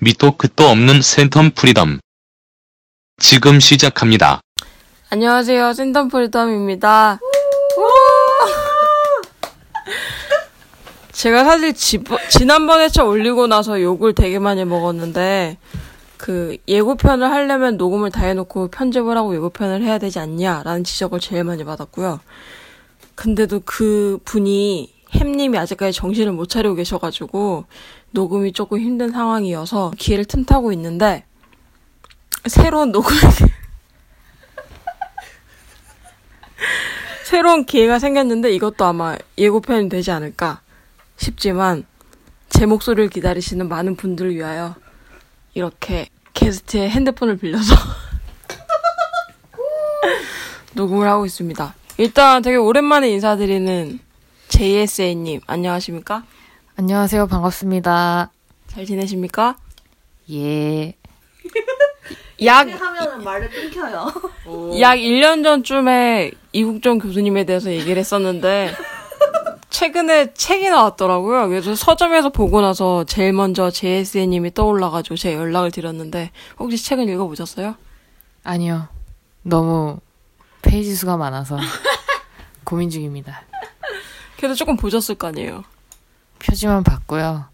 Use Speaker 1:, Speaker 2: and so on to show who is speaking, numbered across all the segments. Speaker 1: 밑도 끝도 없는 센텀 프리덤. 지금 시작합니다.
Speaker 2: 안녕하세요. 신덤풀덤입니다. 제가 사실 지, 지난번에 차 올리고 나서 욕을 되게 많이 먹었는데, 그, 예고편을 하려면 녹음을 다 해놓고 편집을 하고 예고편을 해야 되지 않냐라는 지적을 제일 많이 받았고요. 근데도 그 분이, 햄님이 아직까지 정신을 못 차리고 계셔가지고, 녹음이 조금 힘든 상황이어서 기회를 틈타고 있는데, 새로운 녹음, 새로운 기회가 생겼는데 이것도 아마 예고편이 되지 않을까 싶지만 제 목소리를 기다리시는 많은 분들을 위하여 이렇게 게스트의 핸드폰을 빌려서 녹음을 하고 있습니다. 일단 되게 오랜만에 인사드리는 JSA님 안녕하십니까?
Speaker 3: 안녕하세요. 반갑습니다.
Speaker 2: 잘 지내십니까?
Speaker 3: 예.
Speaker 2: 약,
Speaker 4: 하면은 말을 끊겨요.
Speaker 2: 약 1년 전쯤에 이국정 교수님에 대해서 얘기를 했었는데 최근에 책이 나왔더라고요. 그래서 서점에서 보고 나서 제일 먼저 JSA님이 떠올라가지고 제 연락을 드렸는데 혹시 책은 읽어보셨어요?
Speaker 3: 아니요. 너무 페이지 수가 많아서 고민 중입니다.
Speaker 2: 그래도 조금 보셨을 거 아니에요.
Speaker 3: 표지만 봤고요.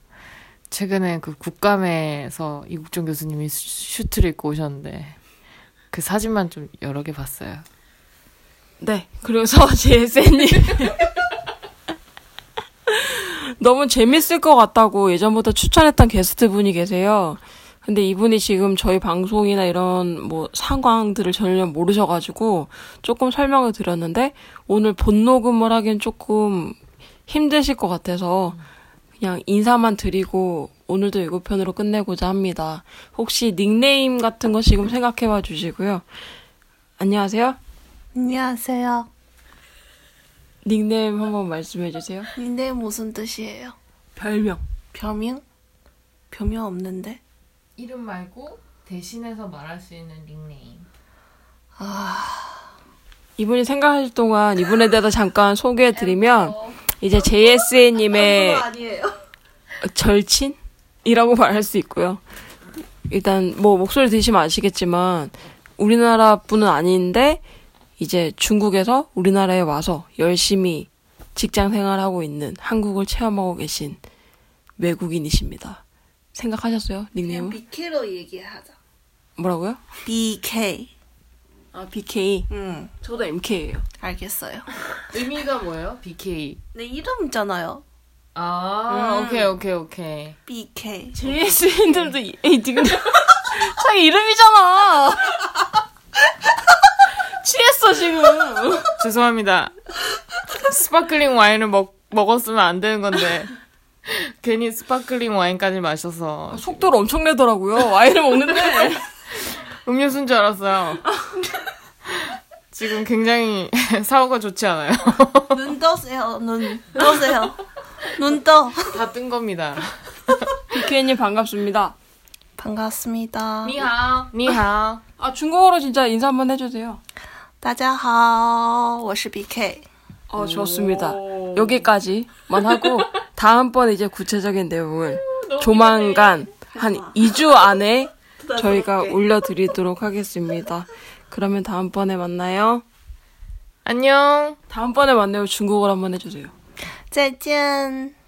Speaker 3: 최근에 그 국감에서 이국종 교수님이 슈- 슈트를 입고 오셨는데 그 사진만 좀 여러 개 봤어요.
Speaker 2: 네. 그래서 JSA님 너무 재밌을 것 같다고 예전부터 추천했던 게스트 분이 계세요. 근데 이분이 지금 저희 방송이나 이런 뭐 상황들을 전혀 모르셔가지고 조금 설명을 드렸는데 오늘 본 녹음을 하긴 조금 힘드실 것 같아서 그냥 인사만 드리고 오늘도 예고편으로 끝내고자 합니다. 혹시 닉네임 같은 거 지금 생각해봐 주시고요. 안녕하세요.
Speaker 4: 안녕하세요.
Speaker 2: 닉네임 한번 말씀해 주세요.
Speaker 4: 닉네 무슨 뜻이에요?
Speaker 2: 별명.
Speaker 4: 별명? 별명 없는데?
Speaker 3: 이름 말고 대신해서 말할 수 있는 닉네임.
Speaker 2: 이분이 생각하실 동안 이분에 대해서 잠깐 소개해 드리면 이제
Speaker 4: 네.
Speaker 2: JSA님의
Speaker 4: 아, 아니에요.
Speaker 2: 절친이라고 말할 수 있고요. 일단 뭐 목소리 들으시면 아시겠지만 우리나라 분은 아닌데 이제 중국에서 우리나라에 와서 열심히 직장 생활하고 있는 한국을 체험하고 계신 외국인이십니다. 생각하셨어요?
Speaker 4: 그냥
Speaker 2: 닉네임은?
Speaker 4: BK로 얘기하자.
Speaker 2: 뭐라고요?
Speaker 4: BK.
Speaker 2: 아, BK.
Speaker 4: 응,
Speaker 2: 저도 MK예요.
Speaker 4: 알겠어요.
Speaker 3: 의미가 뭐예요? BK.
Speaker 4: 내 이름 있잖아요.
Speaker 3: 아, 오케이, 오케이, 오케이.
Speaker 4: BK.
Speaker 2: JS인들도 이 지금 자기 이름이잖아. 취했어 지금.
Speaker 3: 죄송합니다. 스파클링 와인을 먹, 먹었으면 안 되는 건데. 괜히 스파클링 와인까지 마셔서
Speaker 2: 속도를 엄청 내더라고요. 아, 와인을 먹는데.
Speaker 3: 음료수인 줄 알았어요. 지금 굉장히 사고가 좋지 않아요.
Speaker 4: 눈 떠세요, 눈 떠세요. 눈 떠.
Speaker 3: 다 뜬 겁니다.
Speaker 2: BK님 반갑습니다.
Speaker 4: 반갑습니다.
Speaker 3: 니하오. 니하오.
Speaker 2: 아 중국어로 진짜 인사 한번 해주세요.
Speaker 4: 大家好,我是 BK.
Speaker 2: 어 좋습니다. 여기까지만 하고 다음번 이제 구체적인 내용을 조만간 한 2주 안에 저희가 올려드리도록 하겠습니다. 그러면 다음번에 만나요.
Speaker 3: 안녕.
Speaker 2: 다음번에 만나요. 중국어로 한번 해주세요.
Speaker 4: 再见.